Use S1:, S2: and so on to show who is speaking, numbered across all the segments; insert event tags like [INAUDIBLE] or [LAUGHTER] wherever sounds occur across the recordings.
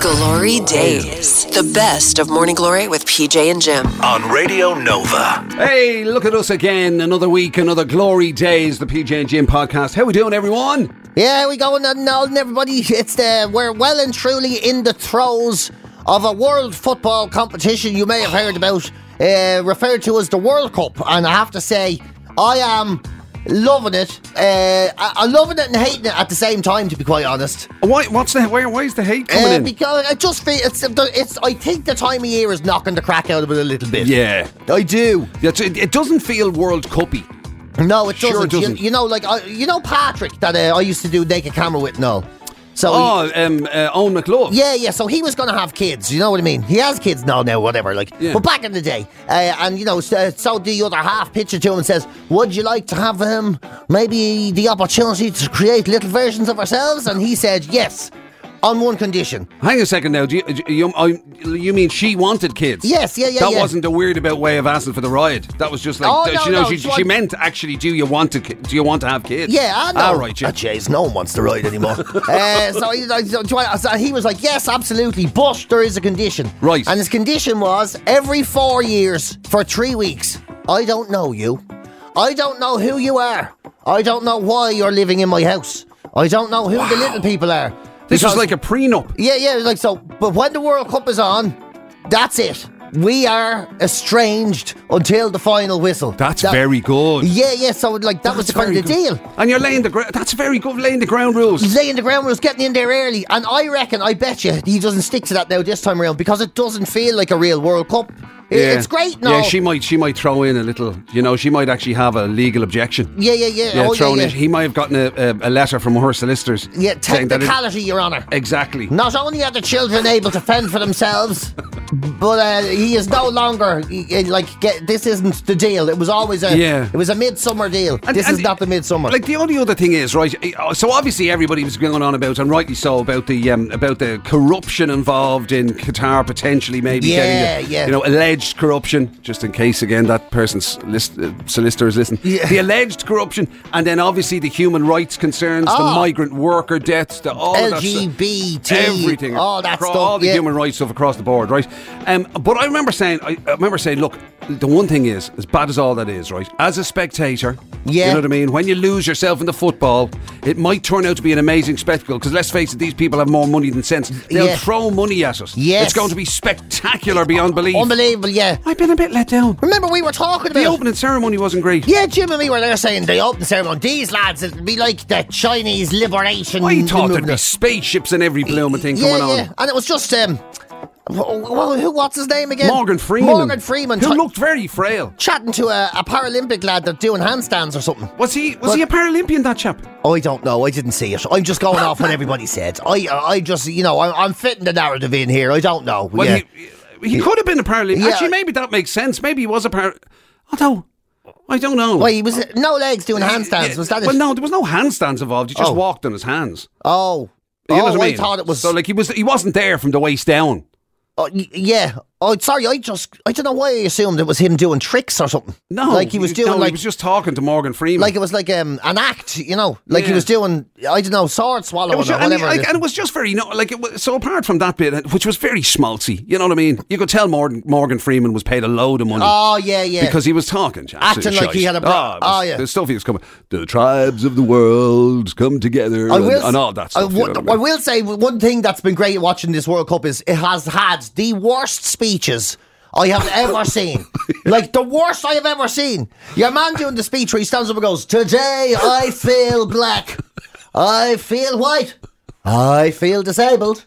S1: Glory Days. The best of Morning Glory with PJ and Jim.
S2: on Radio Nova.
S3: Hey, look at us again. Another week, another glory days, the PJ and Jim podcast. How we doing, everyone?
S4: Yeah, we going on and on, everybody. It's the we're well and truly in the throes of a world football competition you may have heard about, uh, referred to as the World Cup. And I have to say, I am loving it. Uh, I- I'm loving it and hating it at the same time, to be quite honest.
S3: Why, what's the, where, why is the hate coming
S4: Uh,
S3: in?
S4: because I just feel it's, it's. I think the time of year is knocking the crack out of it a little bit.
S3: yeah.
S4: I do.
S3: That's- it, it doesn't feel World Cuppy.
S4: No, it doesn't.
S3: Sure it
S4: You-
S3: doesn't.
S4: You, know, like I, you know Patrick that uh, I used to do naked camera with. No, so he-
S3: Oh, um, uh, Owen McLaughlin.
S4: Yeah, yeah. So he was going to have kids. You know what I mean? He has kids now, now, whatever. Like,
S3: Yeah.
S4: but back in the day, uh, and you know, so, so the other half picture to him and says, "Would you like to have um, maybe the opportunity to create little versions of ourselves?" And he said, "Yes." On one condition.
S3: Hang a second now. Do you, do you, I- you mean she wanted kids?
S4: Yes, yeah, yeah,
S3: That
S4: yeah.
S3: wasn't a weird about way of asking for the ride. That was just like,
S4: Oh,
S3: th-
S4: no,
S3: you know,
S4: no,
S3: she,
S4: so I-
S3: she meant actually, do you want to ki- do you want to have kids?
S4: Yeah, I know.
S3: All right, yeah.
S4: Ah, jeez, no one wants to
S3: [LAUGHS]
S4: ride anymore. uh, so, he, like, so, do I- so he was like, yes, absolutely, but there is a condition.
S3: Right.
S4: And his condition was every four years for three weeks, I don't know you. I don't know who you are. I don't know why you're living in my house. I don't know who the little people are.
S3: This was
S4: Because-
S3: like a prenup.
S4: yeah, yeah, like so. But when the World Cup is on, that's it. We are estranged until the final whistle.
S3: That's
S4: That-
S3: very good.
S4: Yeah, yeah. So like that was
S3: That's
S4: the kind
S3: very
S4: of the
S3: good.
S4: deal.
S3: And you're laying the ground. That's very good. Laying the ground rules.
S4: laying the ground rules, getting in there early. And I reckon, I bet you, he doesn't stick to that now this time around because it doesn't feel like a real World Cup. I- It's great now.
S3: Yeah, she might she might throw in a little. You know, she might actually have a legal objection.
S4: yeah, yeah, yeah.
S3: Yeah,
S4: oh,
S3: thrown
S4: yeah,
S3: in.
S4: yeah.
S3: He might have gotten a, a, a letter from her solicitors.
S4: yeah,
S3: saying that it-
S4: technicality, Your Honour.
S3: exactly.
S4: Not only are the children able to fend for themselves, but uh, he is no longer he- he- like get, this. Isn't the deal? It was always a
S3: Yeah.
S4: It was a midsummer deal.
S3: And-
S4: this
S3: and-
S4: is not the midsummer.
S3: Like the only other thing is right. uh, So obviously everybody was going on about, and rightly so, about the um, about the corruption involved in Qatar potentially maybe
S4: Yeah,
S3: getting the-
S4: yeah.
S3: you know alleged corruption. Just in case again that person's list, uh, solicitor is listening.
S4: Yeah.
S3: The alleged corruption, and then obviously the human rights concerns,
S4: Oh.
S3: the migrant worker deaths, the all of that stuff.
S4: LGBT,
S3: everything,
S4: all that
S3: across-
S4: stuff.
S3: all the
S4: yeah.
S3: human rights stuff across the board, right? Um, but I remember saying, I, I remember saying, look, the one thing is, as bad as all that is, right? As a spectator,
S4: Yeah.
S3: you know what I mean. When you lose yourself in the football, it might turn out to be an amazing spectacle. Because let's face it, these people have more money than sense. They'll
S4: Yeah.
S3: throw money at us.
S4: Yes.
S3: it's going to be spectacular beyond belief.
S4: Unbelievable, yeah.
S3: I've been a bit let down.
S4: Remember we were talking about
S3: The opening ceremony wasn't great.
S4: Yeah, Jim and me were there saying the open ceremony. These lads, it'll be like the Chinese liberation.
S3: I thought there'd be
S4: movement.
S3: spaceships and every blooming thing
S4: yeah,
S3: going on.
S4: yeah, and it was just um, well, who? What's his name again?
S3: Morgan Freeman.
S4: Morgan Freeman.
S3: Who
S4: ta-
S3: looked very frail.
S4: chatting to a, a Paralympic lad that's doing handstands or something.
S3: Was he was
S4: But-
S3: he a Paralympian that chap?
S4: I don't know. I didn't see it. I'm just going off what everybody said. I, I just, you know, I, I'm fitting the narrative in here. I don't know.
S3: Well,
S4: yeah.
S3: he, he could have been a Paralympian.
S4: Yeah.
S3: Actually, maybe that makes sense. Maybe he was a Paralympian. Although, I don't know.
S4: well, he was no legs doing handstands.
S3: Yeah,
S4: Was that it?
S3: Well, no, there was no handstands involved. He just
S4: Oh.
S3: walked on his hands.
S4: Oh.
S3: You know
S4: oh,
S3: what I,
S4: I
S3: mean?
S4: thought it was.
S3: So, like, he, was, he wasn't there from the waist down.
S4: Oh, y- yeah. Oh, sorry. I just I don't know why I assumed it was him doing tricks or something.
S3: No.
S4: like he was doing
S3: no,
S4: like
S3: He was just talking to Morgan Freeman.
S4: like it was like um an act, you know, like he
S3: Yeah.
S4: was doing I don't know sword swallowing
S3: It was
S4: or
S3: ju- and, he-
S4: whatever.
S3: like, and it was just very, no, like, it was, so apart from that bit, which was very schmaltzy, you know what I mean? You could tell Morgan, Morgan Freeman was paid a load of money.
S4: oh yeah, yeah.
S3: because he was talking, chaps.
S4: Acting
S3: It was
S4: like he
S3: shite.
S4: had a bra-
S3: it was-
S4: oh, yeah.
S3: The stuff he was coming. The tribes of the world come together
S4: I
S3: and,
S4: will,
S3: and all that stuff.
S4: I,
S3: you know
S4: would-
S3: what I
S4: I
S3: mean?
S4: will say one thing that's been great watching this World Cup is it has had the worst speeches I have
S3: [LAUGHS]
S4: ever seen. like the worst I have ever seen. Your man doing the speech where he stands up and goes, "Today I feel black, I feel white, I feel disabled."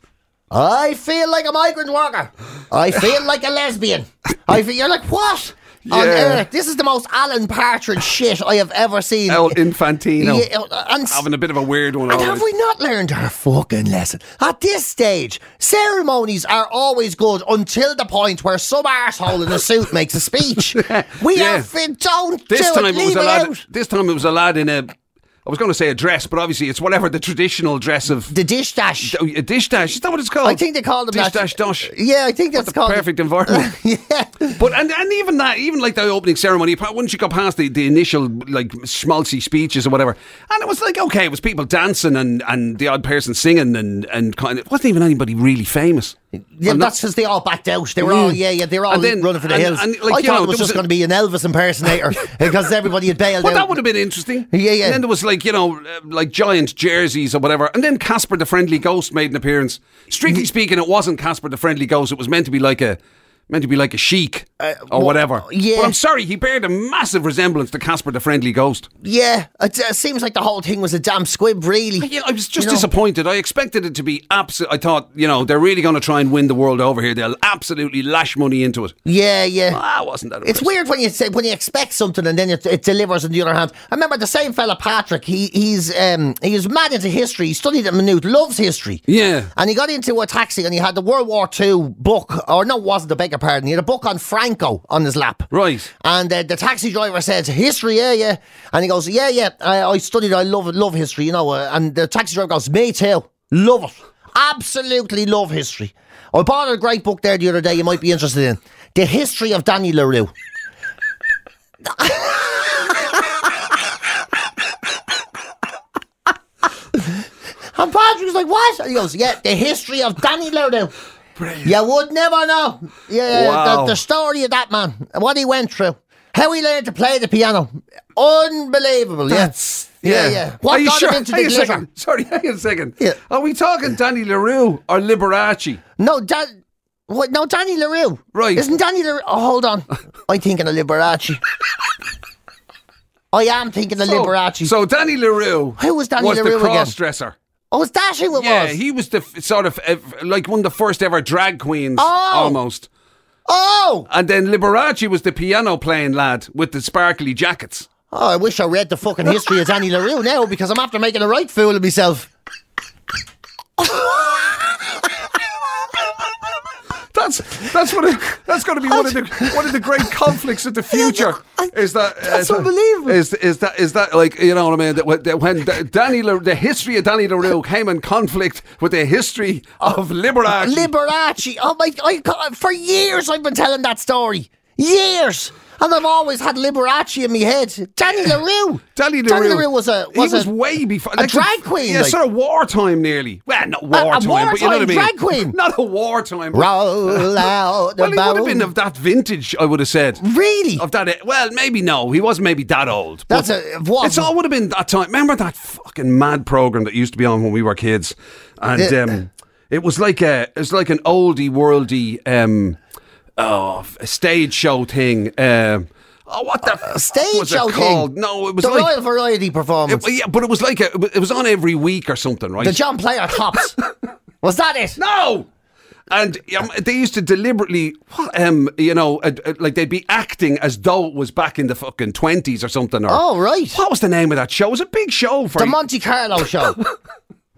S4: I feel like a migrant worker. I feel like a lesbian. I feel, you're like what? On
S3: Yeah.
S4: earth, this is the most Alan Partridge shit I have ever seen.
S3: El Infantino.
S4: Yeah, uh, and s-
S3: Having a bit of a weird one.
S4: and
S3: already.
S4: have we not learned our fucking lesson? At this stage, ceremonies are always good until the point where some arsehole in a suit makes
S3: [LAUGHS]
S4: a speech. We
S3: yeah.
S4: are fit, don't
S3: this
S4: do
S3: time
S4: it,
S3: it was
S4: leave
S3: a
S4: it
S3: lad.
S4: out.
S3: This time it was a lad in a I was going to say a dress, but obviously it's whatever the traditional dress of
S4: The dish dash.
S3: Oh, a dish dash. Is that what it's called?
S4: I think they called them
S3: dish
S4: that.
S3: dash dosh.
S4: Yeah, I think that's
S3: The
S4: called
S3: perfect environment.
S4: [LAUGHS] yeah.
S3: But and, and even that, even like the opening ceremony, pa- once you got past the, the initial like schmaltzy speeches or whatever, and it was like okay, it was people dancing and, and the odd person singing and and kind of, it wasn't even anybody really famous.
S4: Yeah,
S3: And
S4: that's because they all backed out. They were all, yeah, yeah, they were all
S3: Mm. And then-
S4: running for the
S3: and-
S4: hills.
S3: and, like,
S4: I
S3: you
S4: thought
S3: know, there
S4: it was
S3: was
S4: just
S3: a-
S4: going to be an Elvis
S3: [LAUGHS]
S4: impersonator because everybody had bailed
S3: Well,
S4: out.
S3: that would have been interesting.
S4: Yeah, yeah.
S3: And then there was like you know, uh, like giant jerseys or whatever. And then Casper the Friendly Ghost made an appearance.
S4: Mm.
S3: Strictly speaking, it wasn't Casper the Friendly Ghost. It was meant to be like a meant to be like a sheik or
S4: Uh, well,
S3: whatever.
S4: yeah.
S3: But I'm sorry, he bared a massive resemblance to Casper the Friendly Ghost.
S4: Yeah, it uh, seems like the whole thing was a damn squib, really.
S3: [LAUGHS] Yeah, I was just
S4: You know?
S3: disappointed. I expected it to be absolute. I thought, you know, they're really going to try and win the world over here. They'll absolutely lash money into it.
S4: Yeah, yeah.
S3: Ah, wasn't that?
S4: It's
S3: impressed.
S4: weird when you say when you expect something and then it, it delivers on the other hand. I remember the same fella Patrick. He he's um he's mad into history. He studied at Minute, loves history.
S3: Yeah.
S4: And he got into a taxi and he had the World War II book, or no, it wasn't the bigger pardon. He had a book on Franco on his lap.
S3: Right.
S4: And uh, the taxi driver says, "History, yeah, yeah." And he goes, "Yeah, yeah. I, I studied. I love love history, you know." Uh, and the taxi driver goes, "Me too. Love it. Absolutely love history. I bought a great book there the other day. You might be interested in the history of Danny Larue." And Patrick's like, what? And he goes, yeah, the history of Danny Larue. You would never know. Yeah,
S3: Wow.
S4: the, the story of that man, what he went through, how he learned to play the piano. Unbelievable, yes. yeah. Yeah, yeah. What
S3: Are you
S4: got
S3: sure?
S4: him into
S3: hang
S4: the
S3: a
S4: glitter?
S3: second. Sorry, [LAUGHS] hang a second.
S4: Yeah.
S3: Are we talking Danny LaRue or Liberace?
S4: No, Dan, what, no, Danny LaRue.
S3: Right.
S4: Isn't Danny LaRue? Oh,
S3: [LAUGHS]
S4: hold on. I'm thinking of Liberace. I am thinking of Liberace.
S3: Oh, So Danny LaRue.
S4: Who was Danny
S3: the
S4: LaRue again?
S3: cross dresser.
S4: oh, is that who it
S3: Yeah,
S4: was?
S3: he was the f- sort of uh, like one of the first ever drag queens,
S4: Oh.
S3: almost.
S4: oh!
S3: And then Liberace was the piano playing lad with the sparkly jackets.
S4: Oh, I wish I read the fucking history of Danny LaRue now because I'm after making a right fool of myself.
S3: That's that's what it, that's going to be one of the one of the great conflicts of the future. Is that uh,
S4: That's
S3: is-
S4: unbelievable.
S3: Is is that is that like you know what I mean? That when, that when Da- Danny La, the history of Danny LaRue came in conflict with the history of Liberace.
S4: Liberace. Oh my I, ca- for years I've been telling that story. Years. And I've always had Liberace in my head. Danny LaRue.
S3: Danny LaRue,
S4: was a
S3: he
S4: was,
S3: was
S4: a,
S3: way before
S4: a drag queen,
S3: Yeah,
S4: like.
S3: sort of wartime nearly. Well, not wartime, but you know what I
S4: wartime
S3: mean.
S4: drag queen.
S3: [LAUGHS] not a wartime. [LAUGHS]
S4: Roll out
S3: well,
S4: the
S3: he would have been
S4: barrel.
S3: of that vintage, I would have said.
S4: Really?
S3: Of that, e-, well, maybe no, he wasn't maybe that old. but
S4: That's a- what-
S3: It's all would have been that time. Remember that fucking mad program that used to be on when we were kids, and
S4: Yeah.
S3: um, it was like a it was like an oldie worldy um, oh, f- a stage show thing. Um, oh, what the fuck
S4: Stage
S3: was
S4: show
S3: it called?
S4: thing.
S3: No, it was
S4: the
S3: like
S4: Royal Variety performance.
S3: it- yeah, but it was like a, it was on every week or something, right?
S4: the John Player
S3: [LAUGHS]
S4: tops. was that it?
S3: No. And um, they used to deliberately, what, um, you know, uh, uh, like they'd be acting as though it was back in the fucking twenties or something. Or
S4: Oh, right.
S3: What was the name of that show? It was a big show for
S4: The Monte
S3: [LAUGHS]
S4: Carlo show.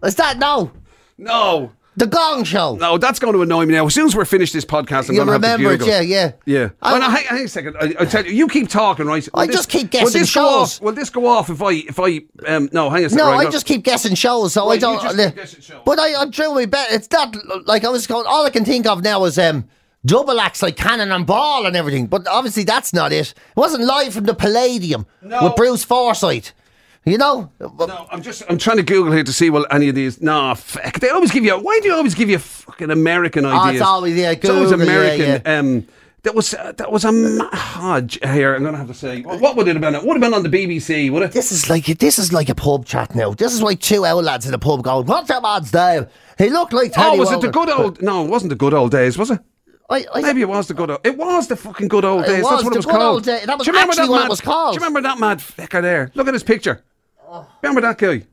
S4: Is that no?
S3: no,
S4: The Gong Show.
S3: no, that's going to annoy me now. As soon as we're finished this podcast, I'm
S4: you
S3: going to have to
S4: remember it?
S3: Google.
S4: Yeah, yeah,
S3: Yeah.
S4: I-
S3: Oh, no, hang, hang a second. I, I tell you, you keep talking, right?
S4: I just keep guessing
S3: Will this go
S4: shows.
S3: off? Will this go off if I if I um no? Hang a second.
S4: No,
S3: right,
S4: I just keep guessing shows, so
S3: Right,
S4: I
S3: you
S4: don't. uh,
S3: just keep guessing shows.
S4: But I, I'm doing my best. It's not like I was going. All I can think of now is um, double acts like cannon and ball and everything. But obviously that's not it. It wasn't live from the Palladium
S3: No.
S4: with Bruce Forsyth. You know,
S3: No, I'm just I'm trying to Google here to see well any of these. Nah, fuck. They always give you. Why do you always give you fucking American
S4: Oh, it's
S3: ideas?
S4: always, yeah,
S3: It's always
S4: Google, yeah,
S3: American. Um, that was uh, that was a ma- ah, j- here. I'm gonna have to say what, what would it have been? It would have been on the BBC, would it?
S4: this is like this is like a pub chat now. This is like two old lads in a pub going, "What's that man's name? He looked like Teddy
S3: Oh, was it the
S4: Wilder."
S3: good old? No, it wasn't the good old days, was it?
S4: I, I,
S3: Maybe it was the good old. It was the fucking good old
S4: It
S3: days.
S4: was
S3: That's what
S4: the
S3: it was
S4: good
S3: called.
S4: old day- that was
S3: do you remember
S4: actually
S3: that
S4: what it
S3: mad,
S4: was called.
S3: Do you remember that mad fecker there? Look at his picture. Remember that guy?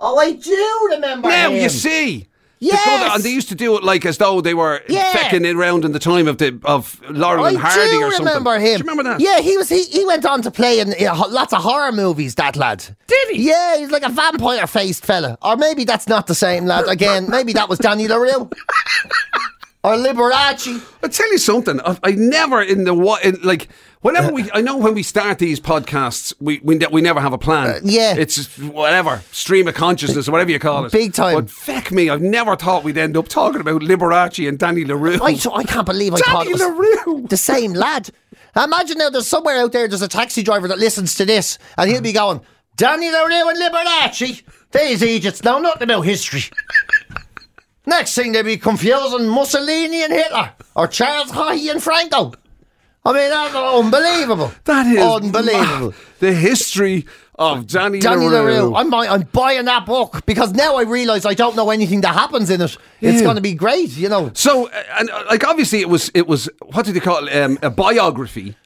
S4: oh, I do remember.
S3: Now
S4: him.
S3: you see. The
S4: Yes.
S3: colour- and they used to do it like as though they were
S4: Yeah.
S3: fecking it around in the time of the of Laurel
S4: I
S3: and Hardy
S4: do
S3: or something.
S4: remember him.
S3: Do you remember that?
S4: Yeah, he was. He, he went on to play in uh, ho- lots of horror movies. That lad.
S3: Did he?
S4: Yeah, he's like a vampire-faced fella. Or maybe that's not the same lad. Again, maybe that was Danny LaRue. or Liberace.
S3: I tell you something. I, I never in the what in, like Whenever we, I know when we start these podcasts, we we, ne- we never have a plan.
S4: Uh, yeah.
S3: it's just whatever stream of consciousness or whatever you call it.
S4: Big time.
S3: But feck me, I've never thought we'd end up talking about Liberace and Danny Larue.
S4: I, so I can't believe I thought
S3: Danny
S4: it was
S3: Larue.
S4: the same lad. Imagine now there's somewhere out there there's a taxi driver that listens to this and he'll be going, Danny LaRue and Liberace, these Egypts know nothing about history. Next thing they'll be confusing Mussolini and Hitler or Charles Haughey and Franco. I mean, that's unbelievable.
S3: That is
S4: unbelievable.
S3: ma- [LAUGHS] The history of Danny,
S4: Danny
S3: LaRue.
S4: LaRue, I'm, buy- I'm buying that book because now I realise I don't know anything that happens in it. It's
S3: Yeah.
S4: going to be great, you know.
S3: So, uh, and uh, like obviously, it was it was what did they call it? Um, a biography.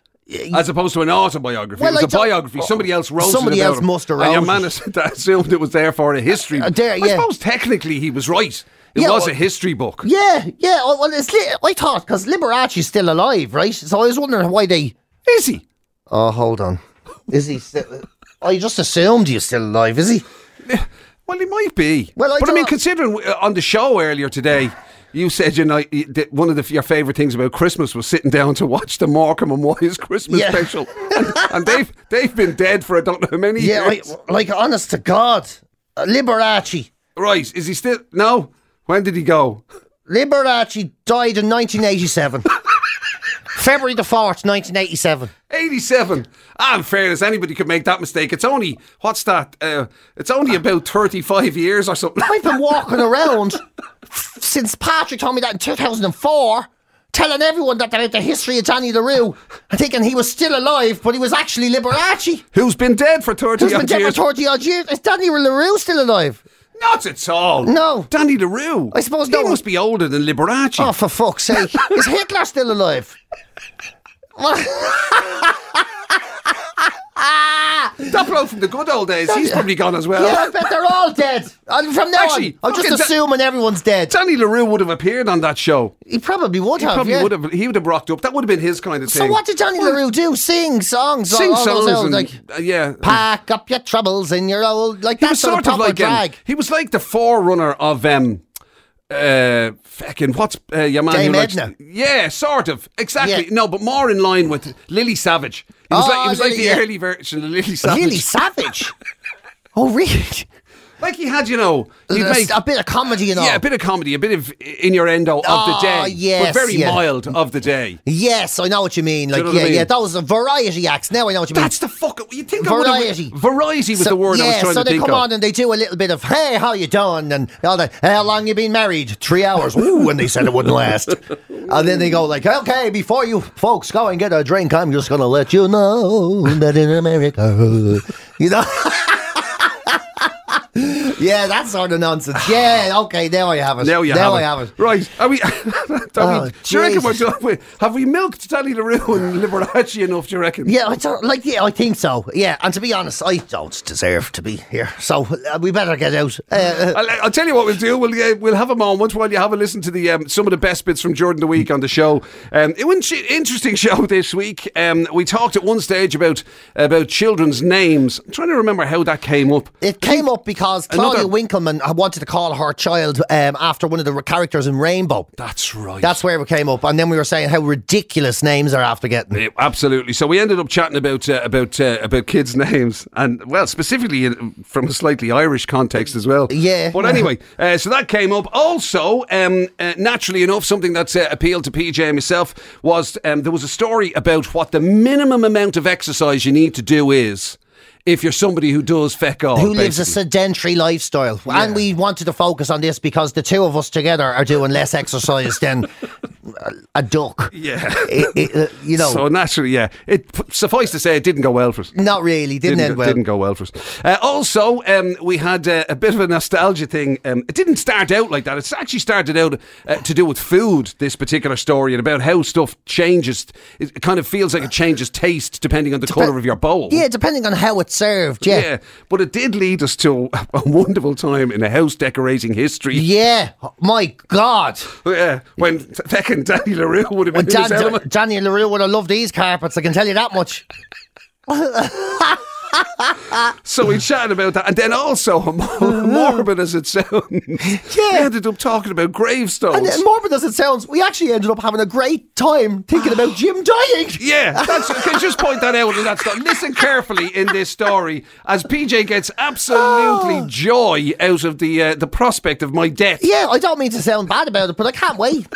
S3: As opposed to an autobiography,
S4: Well,
S3: it was
S4: I
S3: a
S4: don't- Oh,
S3: biography. Somebody else wrote
S4: Somebody
S3: it about
S4: else
S3: him.
S4: must have
S3: And your
S4: wrote
S3: man
S4: it.
S3: as- [LAUGHS] assumed it was there for a history.
S4: Uh, there,
S3: I
S4: yeah.
S3: suppose technically he was right. It
S4: Yeah,
S3: was
S4: well-
S3: a history book.
S4: Yeah, yeah. Oh, well, it's li- I thought because Liberace's still alive, right? So I was wondering why they.
S3: Is he?
S4: Oh, hold on. Is he still? [LAUGHS] I just assumed he's still alive. Is he?
S3: Well, he might be.
S4: Well, I
S3: but I
S4: don't
S3: mean,
S4: know.
S3: considering uh, on the show earlier today, you said you know you- that one of the, your favorite things about Christmas was sitting down to watch the Markham and Wise Christmas
S4: Yeah.
S3: special, and, and they've they've been dead for I don't know how many
S4: Yeah. I,
S3: years.
S4: like, honest to God, uh, Liberace.
S3: Right? Is he still? No. When did he go?
S4: Liberace died in [LAUGHS] 1987. February the 4th, 1987.
S3: 87. Ah, in fairness, anybody could make that mistake. It's only, what's that? Uh, it's only about 35 years or something.
S4: I've been walking around since Patrick told me that in 2004, telling everyone that about the history of Johnny LaRue and thinking he was still alive, but he was actually Liberace.
S3: Who's been dead for 30
S4: Who's been
S3: odd
S4: dead for
S3: years?
S4: 30 odd years? Is Danny LaRue still alive?
S3: Not at all.
S4: No.
S3: Danny LaRue.
S4: I suppose
S3: He
S4: no one-
S3: must be older than Liberace.
S4: Oh, for
S3: [LAUGHS]
S4: fuck's sake. Is Hitler still alive?
S3: that bloke from the good old days, he's probably gone as well.
S4: Yeah, I bet they're all dead. And from now
S3: Uh, Actually,
S4: on, I'm
S3: fucking
S4: just
S3: da-
S4: assuming everyone's dead.
S3: Danny LaRue would have appeared on that show.
S4: He probably would have,
S3: Probably
S4: yeah.
S3: would have. He would have rocked up. That would have been his kind of
S4: So
S3: thing.
S4: what did Johnny LaRue do? Sing songs,
S3: Sing
S4: all, all
S3: songs
S4: those old,
S3: and
S4: like
S3: [LAUGHS] uh, yeah.
S4: pack up your troubles in your old like
S3: he
S4: that
S3: was
S4: sort
S3: sort
S4: of proper
S3: of like um,
S4: drag.
S3: he was like the forerunner of um uh fucking what's uh, your man
S4: Dame
S3: who likes-
S4: Edna.
S3: yeah sort of exactly
S4: Yeah.
S3: no but more in line with Lily Savage it was
S4: Oh,
S3: like it was like
S4: Lily,
S3: the
S4: yeah.
S3: early version of Lily Savage
S4: Really savage. oh, really?
S3: like [LAUGHS] he had you know he'd
S4: A-
S3: make
S4: a bit of comedy and all.
S3: yeah a bit of comedy a bit of innuendo of
S4: Oh,
S3: the day
S4: yes,
S3: but very
S4: yeah.
S3: mild of the day
S4: Yes, I know what you mean. Like,
S3: know what
S4: yeah,
S3: I mean?
S4: yeah, that was a variety acts. Now I know what you mean.
S3: that's the fuck you think I would've-
S4: Variety.
S3: variety was
S4: So-
S3: the word
S4: yeah,
S3: I was trying
S4: so
S3: to
S4: they
S3: think
S4: come
S3: of
S4: on and they do a little bit of hey, how you doing, and all that. How long you been married? Three hours. Ooh, and they said it wouldn't
S3: [LAUGHS]
S4: last. and then they go like, okay, before you folks go and get a drink, I'm just gonna let you know that in America, you know. [LAUGHS] yeah, that sort of nonsense. Yeah, okay, there I have it.
S3: Now you have,
S4: now I
S3: it.
S4: have it.
S3: Right. Are we, [LAUGHS] are
S4: Oh,
S3: we, do you reckon we're
S4: Jesus.
S3: done with, have we milked Danny LaRue and Liberace enough, do you reckon?
S4: Yeah, I don't, like yeah, I think so. Yeah, and to be honest, I don't deserve to be here, so uh, we better get out. Uh,
S3: I'll, I'll tell you what we'll do. We'll uh, we'll have a moment while you have a listen to the um, some of the best bits from Jordan the Week on the show. Um, it was an interesting [LAUGHS] show this week. Um, we talked at one stage about about children's names. I'm trying to remember how that came up.
S4: It came up because Claudia
S3: Another-
S4: Winkleman I wanted to call her child um, after one of the characters in Rainbow.
S3: That's right.
S4: That's where it came up, and then we were saying how ridiculous names are after getting.
S3: Yeah, absolutely. So we ended up chatting about uh, about uh, about kids' [LAUGHS] names, and well, specifically in, from a slightly Irish context as well.
S4: Yeah.
S3: But
S4: [LAUGHS]
S3: anyway, uh, so that came up. Also, um, uh, naturally enough, something that uh, appealed to PJ and myself was um, there was a story about what the minimum amount of exercise you need to do is if you're somebody who does feck all.
S4: Who lives a
S3: basically.
S4: sedentary lifestyle? And we wanted to focus on this because the two of us together are doing less exercise than a- a duck.
S3: Yeah.
S4: [LAUGHS] It- it, uh, you know,
S3: So naturally, yeah. It suffice to say, it didn't go well for us.
S4: not really. Didn't,
S3: didn't,
S4: end well.
S3: didn't go well for us. Uh, also, um, we had uh, a bit of a nostalgia thing. Um, it didn't start out like that. It's actually started out uh, to do with food. This particular story and about how stuff changes. It kind of feels like it changes taste depending on the color of your bowl.
S4: Yeah, depending on how it's served. Yeah.
S3: Yeah, but it did lead us to a wonderful time in a house decorating history.
S4: Yeah. My God.
S3: [LAUGHS] Yeah, when Beck and Danny LaRue would have been [LAUGHS]
S4: Well,
S3: in his
S4: Dan,
S3: element.
S4: Danny LaRue would have loved these carpets, I can tell you that much.
S3: so we chatted about that. And then also, [LAUGHS] morbid as it sounds, we
S4: Uh-huh. Yeah.
S3: ended up talking about gravestones.
S4: And as morbid as it sounds, we actually ended up having a great time thinking about Jim dying.
S3: Yeah, that's, can you just point that out in that story. Listen carefully in this story as PJ gets absolutely joy out of the uh, the prospect of my death.
S4: [SIGHS] Oh. Yeah, I don't mean to sound bad about it, but I can't wait.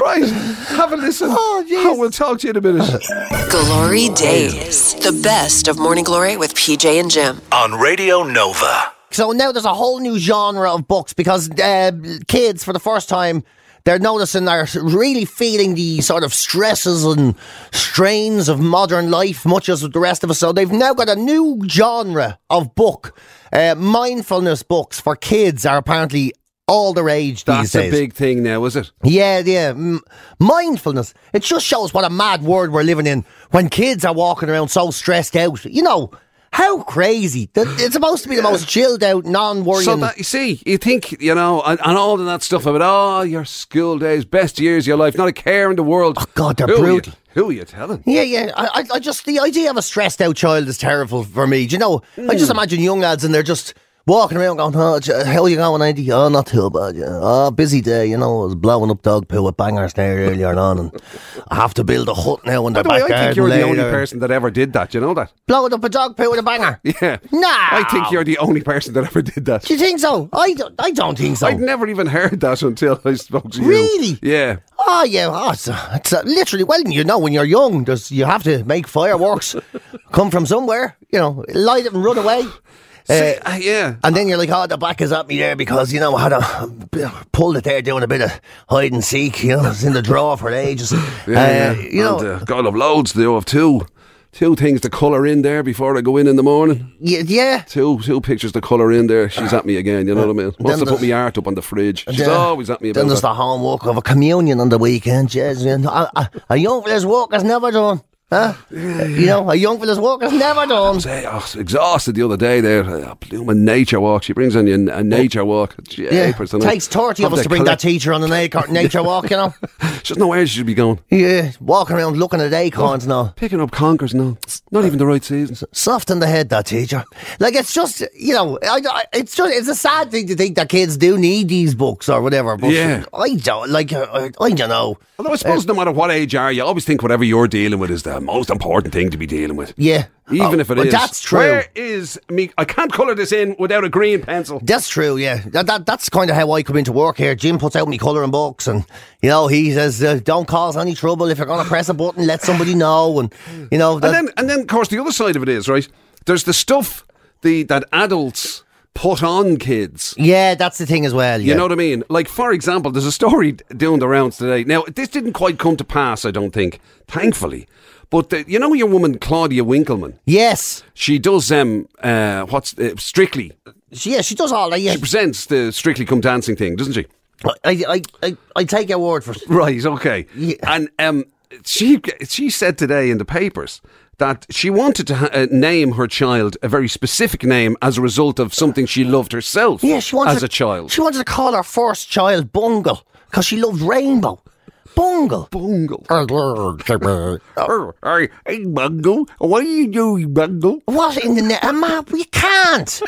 S3: Right, have a listen.
S4: Oh, jeez.
S3: we'll talk to you in a minute.
S1: Glory Days. The best of Morning Glory with PJ and Jim.
S2: on Radio Nova.
S4: So now there's a whole new genre of books because uh, kids, for the first time, they're noticing they're really feeling the sort of stresses and strains of modern life, much as the rest of us. So they've now got a new genre of book. Uh, mindfulness books for kids are apparently all the rage these
S3: That's a
S4: days.
S3: big thing now, is it?
S4: Yeah, yeah. M- mindfulness. It just shows what a mad world we're living in when kids are walking around so stressed out. You know, how crazy. Th- It's supposed to be the most chilled out, non worrying.
S3: So that you see, you think you know, and, and all of that stuff about oh, your school days, best years of your life, not a care in the world. Oh
S4: God, they're
S3: who
S4: brutal.
S3: Are you, who are you telling?
S4: yeah, yeah. I, I- I just, the idea of a stressed out child is terrible for me. Do you know, I
S3: Mm.
S4: just imagine young lads and they're just walking around going, oh, j- how you going, Andy? Oh, not too bad. Yeah. Oh, busy day. You know, I was blowing up dog poo at bangers there earlier on and I have to build a hut now in the
S3: By the way,
S4: back
S3: I think you're
S4: garden
S3: the only
S4: later."
S3: person that ever did that. You know that? [LAUGHS]
S4: Blowing up a dog poo with a banger.
S3: Yeah.
S4: No.
S3: I think you're the only person that ever did that.
S4: Do you think so? I don't, I don't think so.
S3: I'd never even heard that until I spoke to you.
S4: Oh. Really?
S3: Yeah.
S4: oh, yeah. Oh, it's, it's, uh, literally, well, you know, when you're young, there's, you have to
S3: [LAUGHS]
S4: make fireworks come from somewhere, you know, light it and run away. Uh,
S3: See, uh, yeah.
S4: and then you're like, oh, the back is at me there because, you know, I had a, pulled it there doing a bit of hide and seek, you know, it's in the drawer for ages.
S3: [LAUGHS] Yeah,
S4: uh,
S3: yeah.
S4: You know,
S3: and, uh, God, I've loads to do. I've two, two things to colour in there before I go in in the morning.
S4: yeah, yeah.
S3: Two, two pictures to colour in there. She's at me again. You know what I mean? Wants to
S4: then
S3: put
S4: the-
S3: me art up on the fridge. She's
S4: Yeah.
S3: always at me about
S4: Then there's
S3: that.
S4: the homework of a communion on the weekend. Jeez, you know, a, a, a young fella's work is never done. Huh? You know, a young fella's work is never done.
S3: Say, I was exhausted the other day there. A blooming nature walk. She brings on you a nature walk. Gee,
S4: Yeah,
S3: April's the night.
S4: takes 30 of
S3: Have
S4: us
S3: to
S4: to bring that
S3: collect-
S4: teacher on an acorn nature walk,
S3: [LAUGHS]
S4: you know?
S3: She doesn't know where she should be going.
S4: Yeah, walking around looking at acorns now.
S3: Picking up conkers now.
S4: Uh,
S3: Not even the right season.
S4: Soft in the head, that teacher. Like, it's just, you know, I, I- it's just, it's a sad thing to think that kids do need these books or whatever. But
S3: Yeah.
S4: I don't, like, I, I don't know.
S3: Although I suppose
S4: Uh,
S3: no matter what age you are, you always think whatever you're dealing with is the most important thing to be dealing with.
S4: Yeah.
S3: Even
S4: Oh,
S3: if it
S4: but
S3: is.
S4: That's true.
S3: Where is me? I can't colour this in without a green pencil.
S4: That's true, yeah. That, that that's kind of how I come into work here. Jim puts out me colouring books, and you know he says, uh, "Don't cause any trouble if you're going to press a button. Let somebody know." And you know, that,
S3: And then, and then, of course, the other side of it is right. There's the stuff the that adults put on kids.
S4: yeah, that's the thing as well. Yeah.
S3: You know what I mean? Like, for example, there's a story doing the rounds today. Now, this didn't quite come to pass, I don't think, thankfully. But the, you know your woman Claudia Winkleman.
S4: yes,
S3: She does um uh what's uh, Strictly.
S4: she, yeah, she does all that. Yeah,
S3: She presents the Strictly Come Dancing thing, doesn't she?
S4: I, I, I, I take your word for. it.
S3: Right. Okay.
S4: Yeah.
S3: And um, she she said today in the papers that she wanted to ha- uh, name her child a very specific name as a result of something she loved herself.
S4: Yeah, she wanted
S3: as
S4: to-
S3: a child.
S4: She wanted to call her first child Bungle because she loved Rainbow. Bungle.
S3: Bungle.
S4: what
S3: Arr, arr, Hey, Bungle. What are you doing, Bungle?
S4: in the net? Emma, we can't.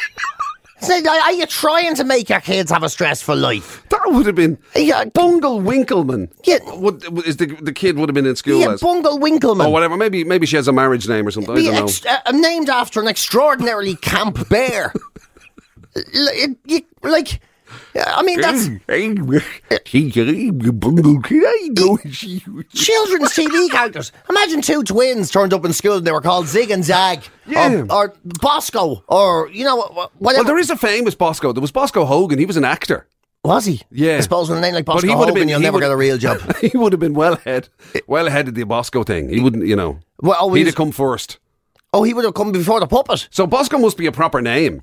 S4: So, are are you trying to make your kids have a stressful life?
S3: That would have been
S4: Yeah,
S3: Bungle Winkleman.
S4: Yeah.
S3: Would, would- is the, the kid would have been in school
S4: Yeah,
S3: as
S4: Bungle Winkleman.
S3: or whatever. Maybe maybe she has a marriage name or something.
S4: Be
S3: I don't know.
S4: ex- uh, named after an extraordinarily camp bear. L- it- you- like, I mean, that's
S3: Hey, hey, [LAUGHS] teacher, hey, Bungle, can I go [LAUGHS] and see you?
S4: children's TV characters. Imagine two twins turned up in school and they were called Zig and Zag
S3: Yeah.
S4: or, or Bosco or, you know, wh- wh- whatever.
S3: Well, there is a famous Bosco. There was Bosco Hogan. He was an actor. [LAUGHS]
S4: Was he?
S3: Yeah.
S4: I suppose with a name like
S3: But
S4: Bosco
S3: he would have
S4: Hogan,
S3: been-
S4: you'll
S3: he
S4: never
S3: would-
S4: get a
S3: [LAUGHS]
S4: real job.
S3: he would have been well ahead, well ahead of the Bosco thing. He wouldn't, you know.
S4: Well, oh,
S3: he'd
S4: he's-
S3: have come first.
S4: oh, he would have come before the puppet.
S3: So Bosco must be a proper name.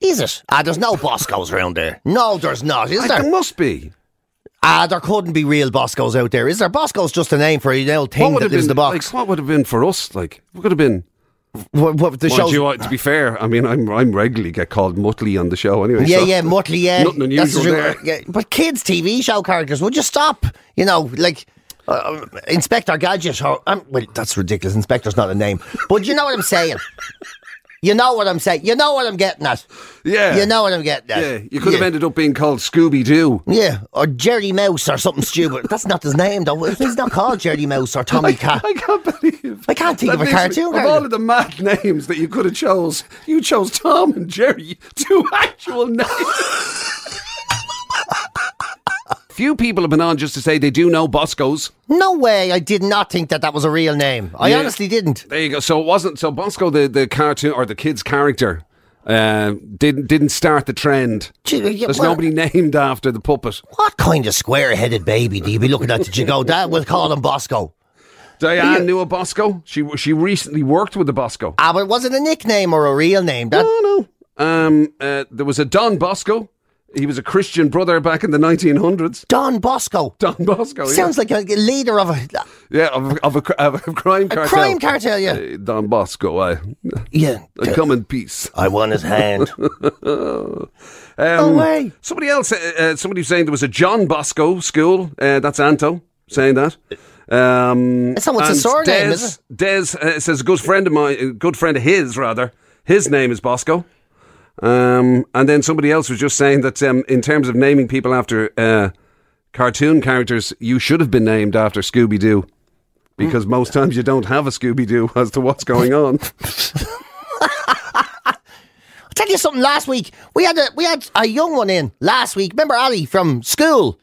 S4: Is it? Ah, there's no Boscos around there. No, there's not, is
S3: Like,
S4: there?
S3: there must be.
S4: Ah, there couldn't be real Boscos out there. Is there? Bosco's just a name for an old
S3: What
S4: thing
S3: would
S4: that
S3: have
S4: lives
S3: been
S4: in the box.
S3: Like, what would have been for us? Like, we could have been.
S4: what, what, the
S3: Mind
S4: show's,
S3: you, I- to be fair, I mean, I'm I'm regularly get called Muttley on the show anyway.
S4: yeah,
S3: so-
S4: yeah, Muttley, yeah.
S3: Nothing
S4: That's
S3: unusual
S4: true.
S3: there.
S4: Yeah, but kids' TV show characters, would you stop? You know, like Uh, Inspector Gadget. Or, um, well, that's ridiculous. Inspector's not a name, but you know what I'm saying. You know what I'm saying. You know what I'm getting at.
S3: [LAUGHS] Yeah.
S4: You know what I'm getting at.
S3: Yeah, you could have
S4: Yeah.
S3: ended up being called Scooby Doo.
S4: Yeah, or Jerry Mouse or something stupid. That's not his name though. He's not called Jerry Mouse or Tommy Cat.
S3: [LAUGHS] I can't believe.
S4: Oh, I can't think
S3: that
S4: of a
S3: makes me-
S4: cartoon
S3: Of
S4: character.
S3: all of the mad names that you could have chose, you chose Tom and Jerry, two [LAUGHS] actual names. Few people have been on just to say they do know Bosco's.
S4: No way. I did not think that that was a real name. I
S3: Yeah.
S4: honestly didn't.
S3: There you go. So it wasn't. So Bosco, the, the cartoon or the kid's character, uh, didn't didn't start the trend.
S4: Gee, yeah,
S3: There's
S4: well-
S3: nobody named after the puppet.
S4: What kind of square-headed baby do you be looking at? Did
S3: [LAUGHS]
S4: you go? That we'll call him Bosco.
S3: Diane knew a Bosco. She she recently worked with the Bosco.
S4: Ah, but was it a nickname or a real name? That
S3: No, no. Um, uh, there was a Don Bosco. He was a Christian brother back in the 1900s.
S4: Don Bosco.
S3: Don Bosco. Oh, yeah.
S4: Sounds like a leader of a
S3: Yeah, of, of, a, cr- of a crime cartel.
S4: crime cartel, yeah.
S3: Uh, Don Bosco, I,
S4: yeah.
S3: I come in peace.
S4: I won his hand.
S3: Um,
S4: way.
S3: Somebody else, uh, uh, somebody saying there was a John Bosco school. Uh, that's Anto saying that. Um,
S4: That's not what's his
S3: and
S4: surname,
S3: Des,
S4: is
S3: Des uh, says a good friend of mine, a good friend of his rather. His name is Bosco. Um, and then somebody else was just saying that um, in terms of naming people after uh, cartoon characters, you should have been named after Scooby Doo. Because
S4: Hmm.
S3: most times you don't have a Scooby Doo as to what's going on.
S4: I'll tell you something. Last week we had a we had a young one in last week. Remember Ali from school?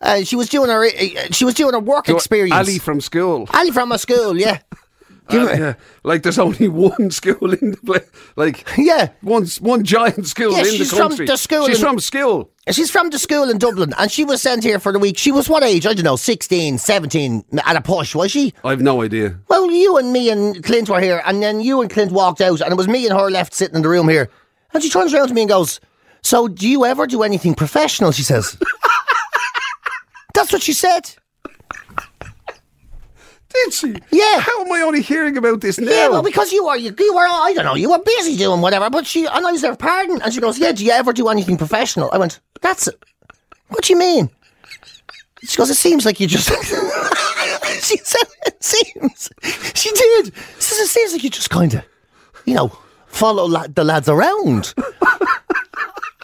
S4: Uh, she was doing her uh, she was doing her work [LAUGHS] experience.
S3: Ali from school.
S4: Ali from a school, yeah. Do you
S3: Uh, yeah, like there's only [LAUGHS] one school in the place. Like
S4: Yeah.
S3: one one giant school
S4: Yeah,
S3: in
S4: she's
S3: the
S4: from
S3: country.
S4: the school
S3: she's
S4: in-
S3: from school.
S4: She's from the school in Dublin and she was sent here for the week. She was what age? I don't know, 16, 17 at a push, was she?
S3: I've no idea.
S4: Well, you and me and Clint were here, and then you and Clint walked out, and it was me and her left sitting in the room here. And she turns around to me and goes, So, do you ever do anything professional? She says. [LAUGHS] That's what she said.
S3: Did she?
S4: Yeah.
S3: How am I only hearing about this now?
S4: Yeah, well, because you were, you, you were, I don't know, you were busy doing whatever, but she, and I was there, pardon. And she goes, Yeah, do you ever do anything professional? I went, That's it. What do you mean? She goes, It seems like you just. [LAUGHS] she said, It seems. She did. She says, It seems like you just kind of, you know, follow la- the lads around.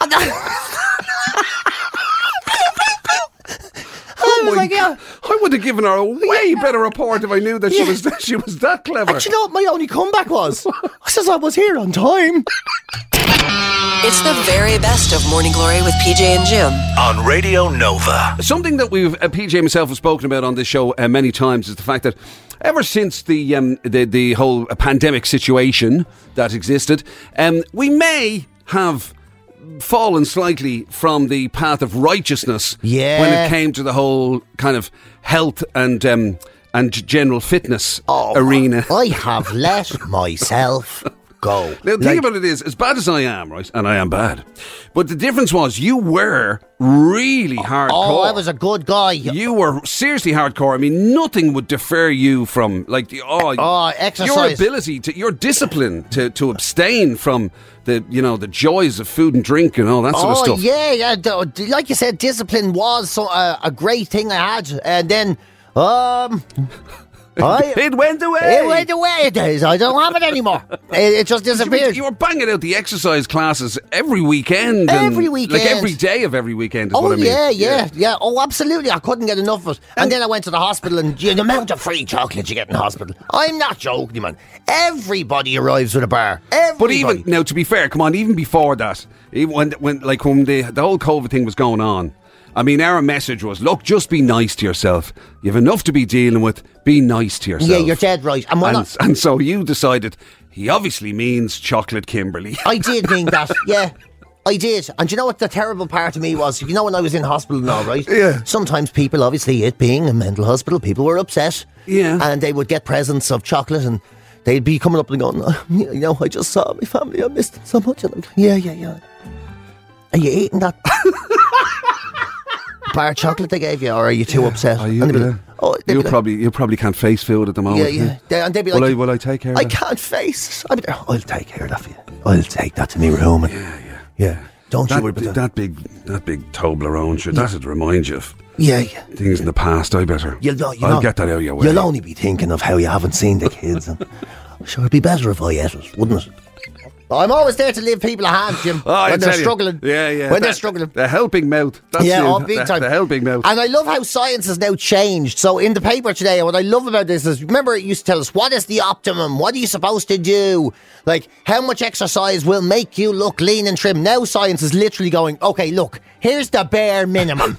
S4: And I, I was
S3: Oh my
S4: like, Yeah.
S3: I would have given her a way better report if I knew that she was [LAUGHS] that she was that clever.
S4: And do you know what my only comeback was? I says, I was here on time.
S1: It's the very best of Morning Glory with PJ and Jim.
S2: on Radio Nova.
S3: Something that we've uh, PJ himself has spoken about on this show uh, many times is the fact that ever since the um, the the whole uh, pandemic situation that existed, um, we may have fallen slightly from the path of righteousness
S4: Yeah.
S3: when it came to the whole kind of health and um, and g- general fitness
S4: Oh,
S3: arena.
S4: I have let myself go.
S3: Now, the thing about it is, as bad as I am, right, and I am bad, but the difference was you were really hardcore.
S4: oh, I was a good guy.
S3: You were seriously hardcore. I mean, nothing would defer you from like the oh,
S4: Oh,
S3: Your
S4: exercise.
S3: ability to your discipline to, to abstain from the you know the joys of food and drink and all that sort of
S4: oh,
S3: stuff.
S4: yeah, yeah. d- d- Like you said, discipline was so, uh, a great thing I had. And then, um,
S3: [LAUGHS]
S4: I,
S3: It went away.
S4: it went away. It is. I don't have it anymore. It, it
S3: [LAUGHS]
S4: just
S3: You were,
S4: disappeared.
S3: you were banging out the exercise classes every weekend. and-
S4: Every
S3: Like
S4: weekend.
S3: every day of every weekend is
S4: Oh
S3: what I mean.
S4: yeah, yeah, yeah, Oh, absolutely. I couldn't get enough of it. And then I went to the hospital, and you, the amount of free chocolate you get in hospital. I'm not joking, man. Everybody arrives with a bar.
S3: But
S4: Everybody.
S3: even now, to be fair, come on, even before that, even when when like when the the whole COVID thing was going on, I mean, our message was, look, just be nice to yourself. You have enough to be dealing with. Be nice to yourself.
S4: yeah, you're dead right. And we're
S3: And,
S4: not.
S3: and so you decided he obviously means chocolate Kimberly. [LAUGHS]
S4: [LAUGHS] I did mean that. Yeah. I did. And do you know what the terrible part of me was? You know when I was in hospital and all right?
S3: Yeah.
S4: Sometimes people, obviously it being a mental hospital, people were upset.
S3: Yeah.
S4: And they would get presents of chocolate and they'd be coming up and going, "Oh, you know, I just saw my family, I missed them so much. And I'm like, yeah, yeah, yeah. Are you
S3: [LAUGHS]
S4: eating that bar of chocolate they gave you or are you too upset?
S3: Are you,
S4: And they'd be
S3: uh,
S4: like, oh, they'd
S3: you
S4: be like,
S3: probably you probably can't face food at the moment. eh?
S4: yeah, yeah. They- and they'd be
S3: Oh, Will
S4: like,
S3: I- will I take care of
S4: I
S3: that?
S4: can't face. I'd be there, I'll take care of that for you. I'll take that to me room. And, yeah, yeah. Don't you worry
S3: That,
S4: about that.
S3: that big that big Toblerone, should that'd remind you of
S4: Yeah, yeah.
S3: Things in the past, I better.
S4: You'll, know- you
S3: I'll
S4: know-
S3: get that out of your way.
S4: You'll only be thinking of how you haven't seen the kids. and, [LAUGHS] sure, it'd be better if I ate it, wouldn't it? I'm always there to leave people a hand, [LAUGHS] Jim.
S3: Oh, I
S4: when they're
S3: tell you.
S4: struggling.
S3: Yeah, yeah.
S4: When they're
S3: That-
S4: struggling.
S3: The helping mouth. That's
S4: yeah,
S3: you.
S4: oh, big
S3: the,
S4: time.
S3: The helping mouth.
S4: And I love how science has now changed. So in the paper today, what I love about this is, remember it used to tell us, what is the optimum? What are you supposed to do? Like, how much exercise will make you look lean and trim? Now science is literally going, okay, look, here's the
S3: [LAUGHS]
S4: bare minimum.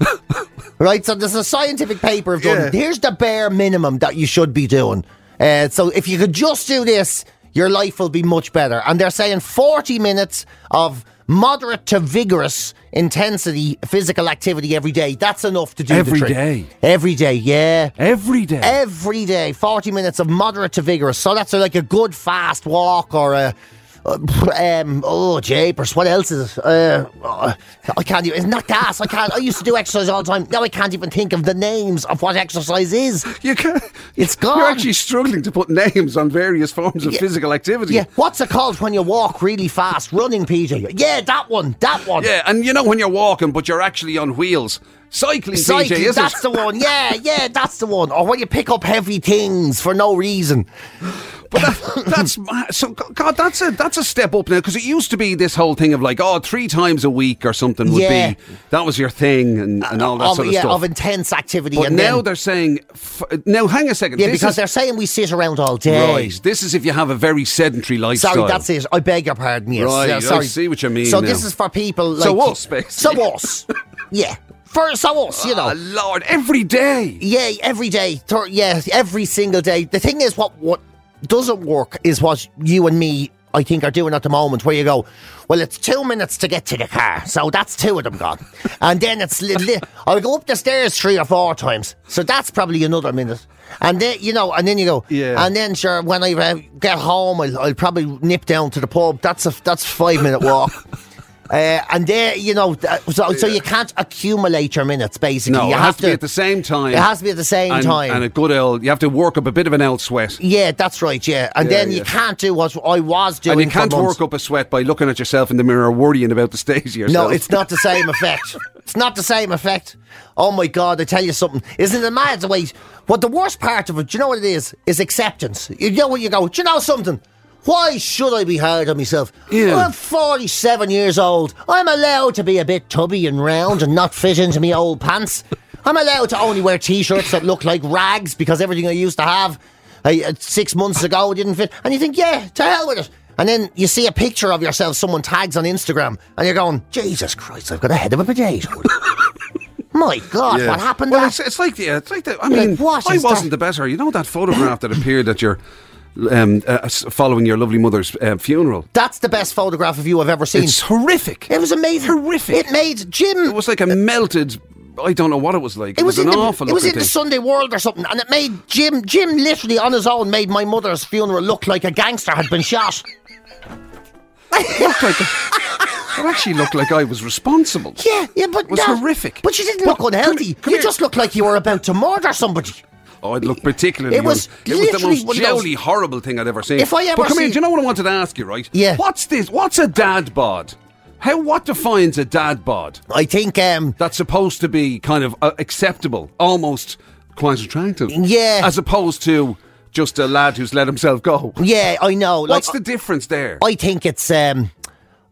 S4: right? So there's a scientific paper of done,
S3: Yeah.
S4: here's the bare minimum that you should be doing. Uh, so if you could just do this, your life will be much better. And they're saying 40 minutes of moderate to vigorous intensity physical activity every day. That's enough to do
S3: Every
S4: the trick.
S3: day?
S4: Every day, yeah.
S3: Every day.
S4: Every day, 40 minutes of moderate to vigorous. So that's uh, like a good fast walk or a. uh, Um, oh, japers. What else is it? Uh, uh, I can't even. It's not gas. I can't. I used to do exercise all the time. Now I can't even think of the names of what exercise is.
S3: you can
S4: It's gone.
S3: You're actually struggling to put names on various forms of
S4: Yeah.
S3: physical activity.
S4: Yeah. What's it called when you walk really fast? Running, PJ. Yeah, that one. That one.
S3: Yeah, and you know when you're walking, but you're actually on wheels. Cycling,
S4: Cycling,
S3: DJ, is
S4: that's
S3: it?
S4: the one. Yeah, yeah, that's the one. Or when you pick up heavy things for no reason.
S3: But
S4: [LAUGHS]
S3: that, that's ma- so g- God. That's a that's a step up now because it used to be this whole thing of like oh three times a week or something would
S4: Yeah. Uh,
S3: be that was your thing and, and all that
S4: of,
S3: sort of
S4: yeah,
S3: stuff.
S4: of intense activity.
S3: but
S4: and
S3: now
S4: then-
S3: they're saying f- now hang a second.
S4: Yeah,
S3: this
S4: because
S3: is,
S4: they're saying we sit around all day.
S3: right. This is if you have a very sedentary lifestyle.
S4: Sorry, that's it. I beg your pardon. Yes.
S3: Right,
S4: Yeah,
S3: I
S4: sorry.
S3: see what you mean
S4: So
S3: now.
S4: this is for people like
S3: So us, basically. [LAUGHS]
S4: So us. yeah. For so us, you know.
S3: Ah, Lord, every day.
S4: yeah, every day. Thir- yeah, every single day. The thing is, what what doesn't work is what you and me, I think, are doing at the moment, where you go, well, it's two minutes to get to the car, so that's two of
S3: [LAUGHS]
S4: them gone, and then it's li- li- I'll go up the stairs three or four times, so that's probably another minute. And then you know, and then you go,
S3: Yeah.
S4: And then sure, when I uh, get home, I'll, I'll probably nip down to the pub. That's a that's five
S3: [LAUGHS]
S4: minute walk. Uh, and there, you know, th- so, so you can't accumulate your minutes. Basically,
S3: No,
S4: you
S3: it
S4: have
S3: has to, be at the same time.
S4: It has to be at the same
S3: and,
S4: time.
S3: And a good old, you have to work up a bit of an L sweat.
S4: yeah, that's right. Yeah, and
S3: Yeah,
S4: then you
S3: yeah.
S4: can't do what I was doing.
S3: And you
S4: for
S3: can't
S4: months.
S3: work up a sweat by looking at yourself in the mirror, worrying about the stage of yourself.
S4: No, it's not the
S3: [LAUGHS]
S4: same effect. It's not the same effect. Oh my God! I tell you something. Isn't it mad the way? What the worst part of it? Do you know what it is? Is acceptance. You know when you go. Do you know something? Why should I be hard on myself?
S3: Yeah.
S4: I'm 47 years old. I'm allowed to be a bit tubby and round and not fit into me old pants. I'm allowed to only wear t-shirts that look like rags because everything I used to have I, uh, six months ago didn't fit. And you think, yeah, to hell with it. And then you see a picture of yourself someone tags on Instagram and you're going, Jesus Christ, I've got a head of a
S3: [LAUGHS]
S4: potato. My God,
S3: Yeah.
S4: what happened
S3: Well,
S4: there?
S3: it's, it's like the, it's like the. I
S4: You're like,
S3: mean,
S4: what
S3: I
S4: is
S3: wasn't
S4: that?
S3: the better. You know that photograph that appeared at your, um, uh, s- following your lovely mother's uh, funeral.
S4: That's the best photograph of you I've ever seen.
S3: It's horrific.
S4: it was amazing.
S3: horrific.
S4: It made Jim
S3: It was like a melted. I don't know what it was like. It,
S4: It was,
S3: an
S4: in the,
S3: awful.
S4: it was
S3: looking
S4: in the
S3: thing.
S4: Sunday World or something, and it made Jim Jim literally on his own made my mother's funeral look like a gangster had been shot.
S3: looked like a- it actually looked like I was responsible.
S4: Yeah, yeah, but
S3: It was
S4: that-
S3: horrific.
S4: But you didn't
S3: But
S4: look
S3: come-
S4: unhealthy.
S3: come
S4: you
S3: here.
S4: just looked like you were about to murder somebody.
S3: Oh, it looked particularly.
S4: It was
S3: un- it was the
S4: literally
S3: most
S4: one of those-
S3: jolly, horrible thing I'd ever seen.
S4: If I ever
S3: but come here,
S4: see-
S3: do you know what I wanted to ask you? Right?
S4: Yeah.
S3: What's this? What's a dad bod? How? What defines a dad bod?
S4: I think, um,
S3: that's supposed to be kind of uh, acceptable, almost quite attractive.
S4: Yeah.
S3: As opposed to just a lad who's let himself go.
S4: yeah, I know.
S3: What's
S4: like,
S3: the difference there?
S4: I think it's um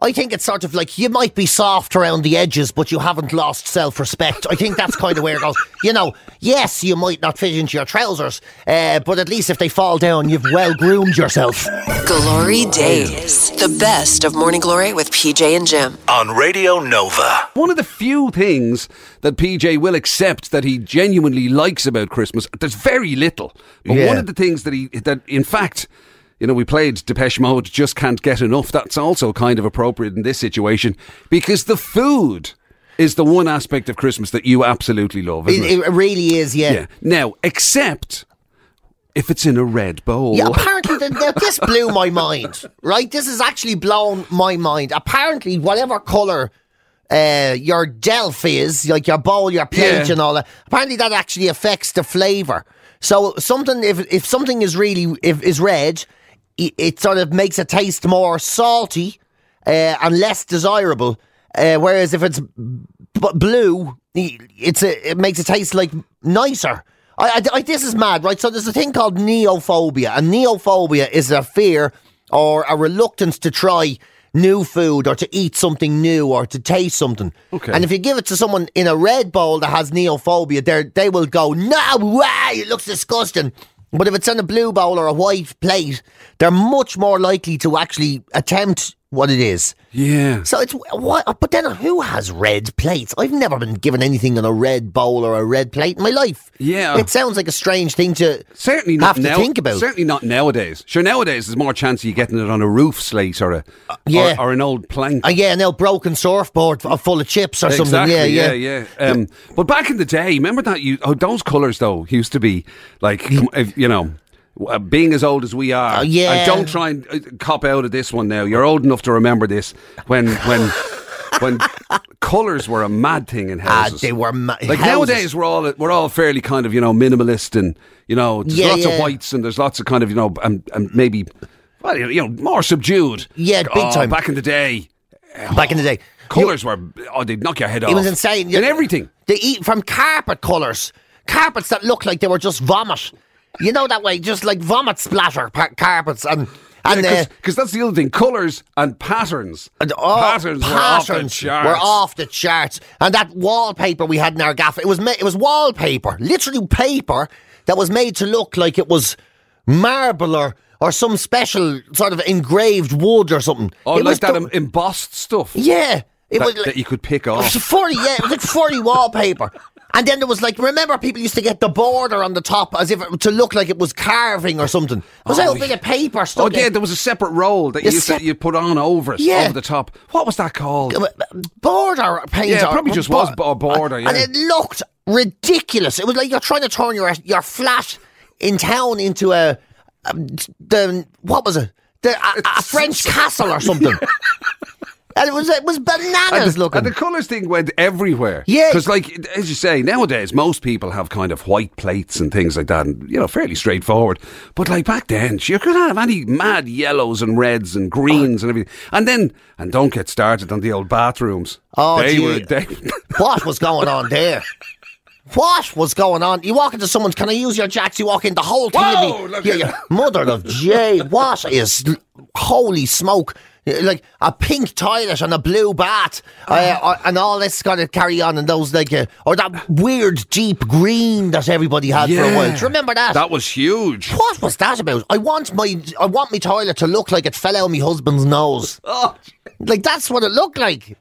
S4: I think it's sort of like you might be soft around the edges, but you haven't lost self respect. I think that's kind of where it goes. You know, yes, you might not fit into your trousers, uh, but at least if they fall down, you've well groomed yourself.
S1: Glory Days. The best of Morning Glory with PJ and Jim.
S2: on Radio Nova.
S3: One of the few things that PJ will accept that he genuinely likes about Christmas, there's very little. But
S4: Yeah.
S3: one of the things that he, that in fact, you know, we played Depeche Mode, just can't get enough. That's also kind of appropriate in this situation because the food is the one aspect of Christmas that you absolutely love. Isn't it?
S4: It, it really is, yeah.
S3: Yeah.
S4: yeah.
S3: Now, except if it's in a red bowl.
S4: apparently, the, now this blew my mind, right? This has actually blown my mind. Apparently, whatever colour uh, your delf is, like your bowl, your plate,
S3: Yeah.
S4: and all that, apparently that actually affects the flavour. So, something, if, if something is really, if is red, it, it sort of makes it taste more salty uh, and less desirable. Uh, whereas if it's b- blue, y- it's a, it makes it taste like nicer. I, I- I- this is mad, right? So there's a thing called neophobia, and neophobia is a fear or a reluctance to try new food or to eat something new or to taste something.
S3: Okay.
S4: And if you give it to someone in a red bowl that has neophobia, they they will go, "No way, it looks disgusting." But if it's in a blue bowl or a white plate, they're much more likely to actually attempt what it is.
S3: Yeah.
S4: So it's what? But then who has red plates? I've never been given anything on a red bowl or a red plate in my life.
S3: Yeah.
S4: it sounds like a strange thing to
S3: Certainly not
S4: have
S3: now.
S4: to think about.
S3: Certainly not nowadays. Sure, nowadays there's more chance of you getting it on a roof slate or a
S4: Uh, yeah.
S3: or, or an old plank.
S4: Uh, yeah, no broken surfboard f- uh, full of chips or something.
S3: Exactly,
S4: Yeah, yeah,
S3: yeah. Um, but back in the day, remember that you oh, those colours though used to be like come- if, you know. uh, Being as old as we are,
S4: Oh, yeah.
S3: and don't try and uh, cop out of this one now. You're old enough to remember this when when
S4: [LAUGHS]
S3: when colours were a mad thing in
S4: Ah,
S3: houses.
S4: they were ma-
S3: like
S4: houses.
S3: nowadays we're all we're all fairly kind of you know minimalist and you know there's
S4: Yeah,
S3: lots
S4: yeah.
S3: of whites and there's lots of kind of you know and, and maybe well you know more subdued.
S4: Yeah, big
S3: Oh,
S4: time.
S3: Back in the day,
S4: Back in the day, You-
S3: Colours were oh they'd knock your head off.
S4: It was insane.
S3: And everything.
S4: They eat from carpet colours. Carpets that look like they were just vomit. You know that way, just like vomit splatter pa- carpets and and uh,
S3: Because that's the other thing. Colours and patterns.
S4: And all
S3: patterns,
S4: patterns,
S3: were off the charts.
S4: were off the charts. And that wallpaper we had in our gaff, it was ma- it was wallpaper, literally paper that was made to look like it was marble or, or some special sort of engraved wood or something.
S3: Oh,
S4: it was
S3: like that
S4: the-
S3: em- embossed stuff
S4: yeah, it
S3: that,
S4: was like,
S3: that you could pick
S4: it was
S3: off.
S4: forty. Yeah, it was like forty wallpaper. And then there was like, remember people used to get the border on the top as if it, to look like it was carving or something. It was
S3: Oh,
S4: like a bit
S3: yeah.
S4: of paper
S3: Oh
S4: stuck
S3: yeah,
S4: in.
S3: there was a separate roll that you
S4: Yes,
S3: used to,
S4: sep-
S3: you put on over it,
S4: Yeah.
S3: over the top. What was that called?
S4: border paint.
S3: Yeah, it
S4: or-
S3: probably just was bo- a border,
S4: And
S3: yeah.
S4: it looked ridiculous. It was like you're trying to turn your your flat in town into a, um, the what was it? The, a, a French castle
S3: [LAUGHS]
S4: or something. and it was it was bananas
S3: And the,
S4: looking.
S3: and the colours thing went everywhere.
S4: Yeah.
S3: Because, like, as you say, nowadays most people have kind of white plates and things like that, and, you know, fairly straightforward. But, like, back then, you could have any mad yellows and reds and greens and everything. And then, and don't get started on the old bathrooms.
S4: Oh,
S3: they
S4: gee.
S3: were. They,
S4: what was going on there? What was going on? You walk into someone's. Can I use your jacks? You walk in. The whole team.
S3: Whoa,
S4: of you-
S3: look
S4: yeah,
S3: at
S4: yeah. Mother of Jay. What is? Holy smoke! Like a pink toilet and a blue bat, uh,
S3: Ah.
S4: or- and all this kind of carry on, and those like, uh, or that weird deep green that everybody had for a while. Do you remember
S3: [LAUGHS]
S4: that?
S3: That was huge.
S4: What was that about? I want my I want my toilet to look like it fell out my husband's nose.
S3: Oh,
S4: Like that's what it looked like.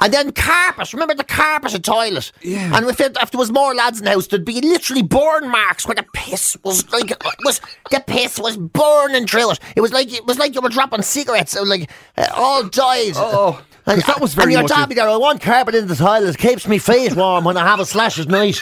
S4: And then carpet. Remember the carpeted toilet?
S3: Yeah.
S4: And if, it, if there was more lads in the house, there'd be literally burn marks where the piss was like it was the piss was burning through it. It was like it was like you were dropping cigarettes. It was like uh, all died.
S3: Oh, 'cause
S4: and,
S3: that was
S4: and
S3: very
S4: your
S3: much
S4: dad
S3: a-
S4: be there. I want carpet in the toilet. It keeps me feet warm when I have a slash at night.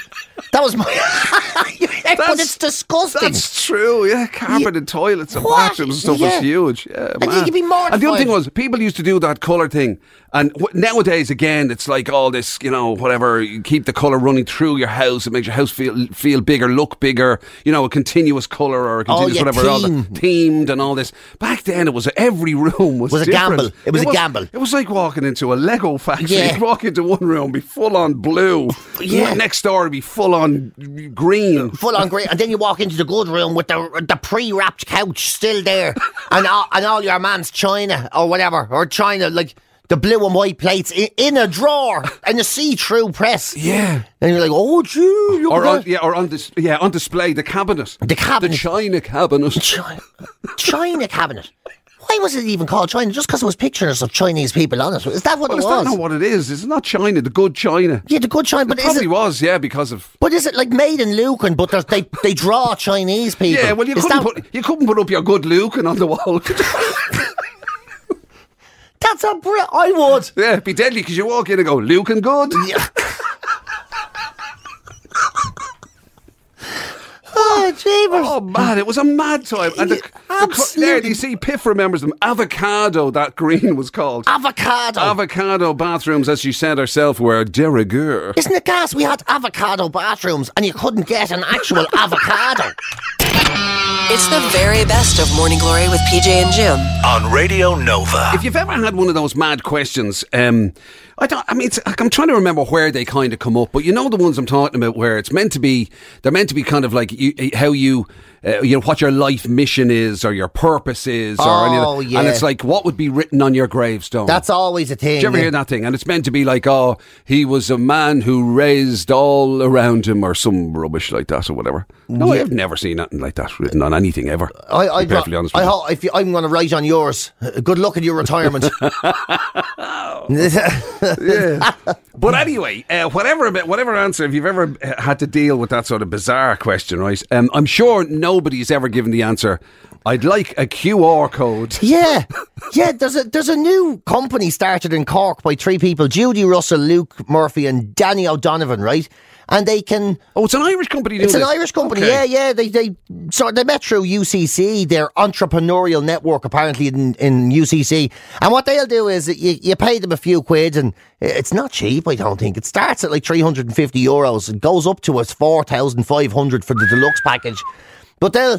S4: That was my. [LAUGHS] but it's disgusting.
S3: That's true. Yeah, carpeted toilets and
S4: What?
S3: bathrooms and stuff
S4: Yeah.
S3: was huge. Yeah,
S4: And you
S3: man.
S4: could be mortified.
S3: And the other thing was, people used to do that color thing, and w- nowadays again, it's like all this, you know, whatever. You keep the color running through your house. It makes your house feel feel bigger, look bigger. You know, a continuous color or a continuous
S4: Oh, yeah,
S3: whatever. All the
S4: theme.
S3: themed and all this. Back then, it was every room was
S4: Was a
S3: different.
S4: gamble. It was a gamble.
S3: It was like walking into a Lego factory.
S4: Yeah.
S3: You'd [LAUGHS] walk into one room, be full on blue.
S4: Yeah.
S3: Next door, it'd be full on green.
S4: full on great. And then you walk into the good room with the the pre wrapped couch still there, and all, and all your man's china or whatever or china like the blue and white plates in, in a drawer and a see through press.
S3: Yeah.
S4: and you're like, oh, gee, look
S3: or
S4: at
S3: on,
S4: that."
S3: yeah, or on dis- yeah, on display the cabinet,
S4: The cabinet.
S3: the china cabinet.
S4: China, China cabinet. Why was it even called China? Just because it was pictures of Chinese people on it. Is that what
S3: Well,
S4: it
S3: is
S4: was?
S3: that not what it is? It's not china, the good china.
S4: yeah, the good China, but is
S3: Probably
S4: it?
S3: was, yeah, because of
S4: But is it like made in Lucan? But there's- they they draw Chinese people.
S3: yeah. Well, you
S4: Is
S3: couldn't
S4: that-
S3: put you couldn't put up your good Luke and on the wall. [LAUGHS]
S4: That's a br- I would.
S3: yeah, it'd be deadly because you walk in and go Luke and good.
S4: Oh, jeebus.
S3: Oh man, it was a mad time. And the,
S4: Yeah,
S3: the co- there,
S4: absolutely.
S3: you see, Piff remembers them. Avocado, that green was called.
S4: avocado.
S3: Avocado bathrooms, as you said herself, were de rigueur.
S4: [LAUGHS] Isn't it gas? We had avocado bathrooms and you couldn't get an actual avocado.
S1: It's the very best of Morning Glory with PJ and Jim.
S2: on Radio Nova.
S3: If you've ever had one of those mad questions, um, I don't. I mean, it's, I'm trying to remember where they kind of come up, but you know the ones I'm talking about, where it's meant to be. They're meant to be kind of like you, eh, how you, uh, you know, what your life mission is or your purpose is, or any of
S4: Oh,
S3: that.
S4: yeah.
S3: And it's like what would be written on your gravestone.
S4: That's always a thing.
S3: Did you ever hear that thing? And it's meant to be like, oh, he was a man who raised all around him, or some rubbish like that, or whatever. No, I've never seen nothing like that written on anything ever.
S4: I,
S3: to
S4: I,
S3: be perfectly honest
S4: I,
S3: with you.
S4: ho- if you, I'm going to write on yours. Uh, Good luck in
S3: [LAUGHS]
S4: your retirement. [LAUGHS]
S3: [LAUGHS] But anyway, uh, whatever about- whatever answer, if you've ever uh, had to deal with that sort of bizarre question, right? Um, I'm sure nobody's ever given the answer. I'd like a QR code.
S4: yeah, yeah. There's a there's a new company started in Cork by three people: Judy Russell, Luke Murphy, and Danny O'Donovan. Right, and they can
S3: Oh, it's an Irish company. doing
S4: It's an
S3: this.
S4: Irish company.
S3: Okay.
S4: Yeah, yeah. They they so they met through UCC, their entrepreneurial network apparently in, in UCC. And what they'll do is you, you pay them a few quid, and it's not cheap. I don't think it starts at like three hundred and fifty euros and goes up to us four thousand five hundred for the deluxe package. But they'll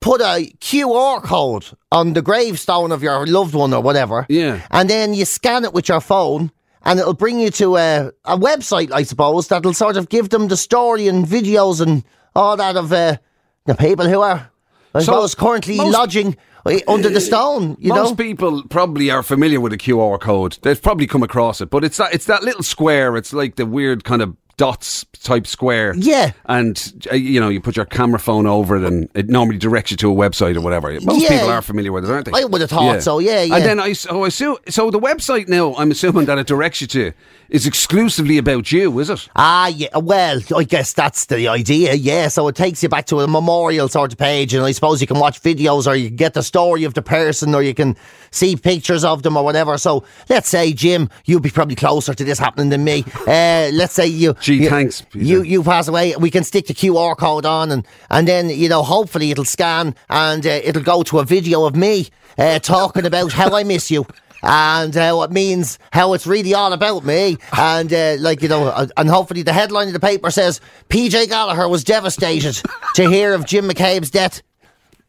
S4: put a QR code on the gravestone of your loved one or whatever.
S3: Yeah.
S4: And then you scan it with your phone and it'll bring you to a, a website, I suppose, that'll sort of give them the story and videos and all that of uh, the people who are, I
S3: So,
S4: suppose, currently
S3: most-
S4: lodging uh, under the stone, you
S3: Most
S4: know?
S3: people probably are familiar with a QR code. They've probably come across it, but it's that it's that little square. It's like the weird kind of dots type square.
S4: Yeah.
S3: and uh, you know you put your camera phone over it, and it normally directs you to a website or whatever. Most
S4: Yeah.
S3: people are familiar with it, aren't they?
S4: I would've thought so, yeah, yeah.
S3: And then I s- oh, I assume so. The website now, I'm assuming that it directs you to is exclusively about you, is it?
S4: Ah, yeah. Well, I guess that's the idea. Yeah. So it takes you back to a memorial sort of page, and I suppose you can watch videos, or you can get the story of the person, or you can see pictures of them, or whatever. So let's say, Jim, you'd be probably closer to this happening than me. Uh, let's say you.
S3: Gee,
S4: you-
S3: thanks, Peter.
S4: You you pass away. We can stick the QR code on, and and then you know, hopefully it'll scan and uh, it'll go to a video of me uh, talking about how I miss you. And how it means how it's really all about me, and uh, like you know, uh, and hopefully the headline of the paper says PJ Gallagher was devastated to hear of Jim McCabe's death,